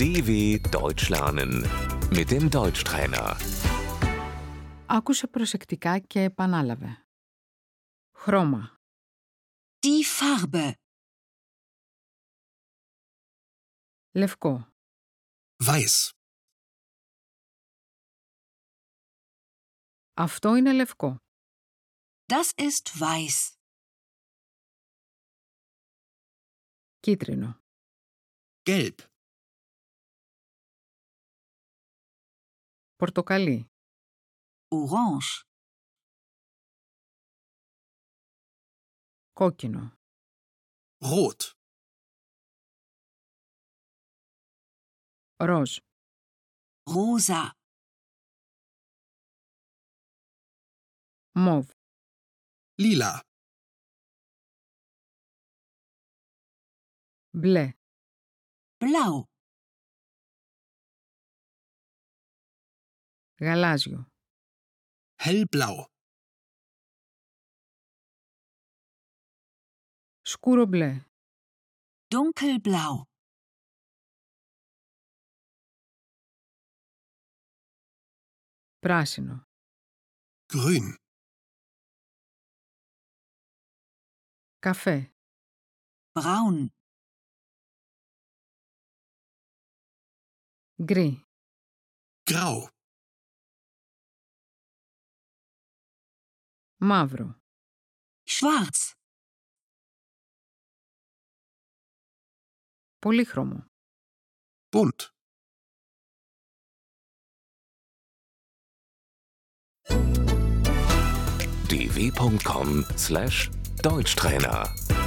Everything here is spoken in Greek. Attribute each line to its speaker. Speaker 1: DW Deutsch lernen mit dem Deutschtrainer.
Speaker 2: Άκουσε προσεκτικά και επανάλαβε. Χρώμα.
Speaker 3: Die Farbe.
Speaker 2: Λευκό.
Speaker 4: Weiß.
Speaker 2: Αυτό είναι λευκό.
Speaker 3: Das ist weiß.
Speaker 2: Κίτρινο.
Speaker 4: Gelb.
Speaker 2: Πορτοκαλί.
Speaker 3: Orange.
Speaker 2: Κόκκινο.
Speaker 4: Rot.
Speaker 2: Ροζ.
Speaker 3: Rosa.
Speaker 2: Μοβ.
Speaker 4: Lila.
Speaker 2: Μπλε.
Speaker 3: Blau.
Speaker 2: Γαλάζιο.
Speaker 4: Hellblau.
Speaker 2: Σκούρο μπλε.
Speaker 3: Dunkelblau.
Speaker 2: Πράσινο.
Speaker 4: Grün.
Speaker 2: Καφέ.
Speaker 3: Braun.
Speaker 2: Γκρι.
Speaker 4: Grau.
Speaker 2: Μαύρο.
Speaker 3: Schwarz.
Speaker 2: Πολύχρωμο.
Speaker 4: Bunt.
Speaker 1: dw.com/deutschtrainer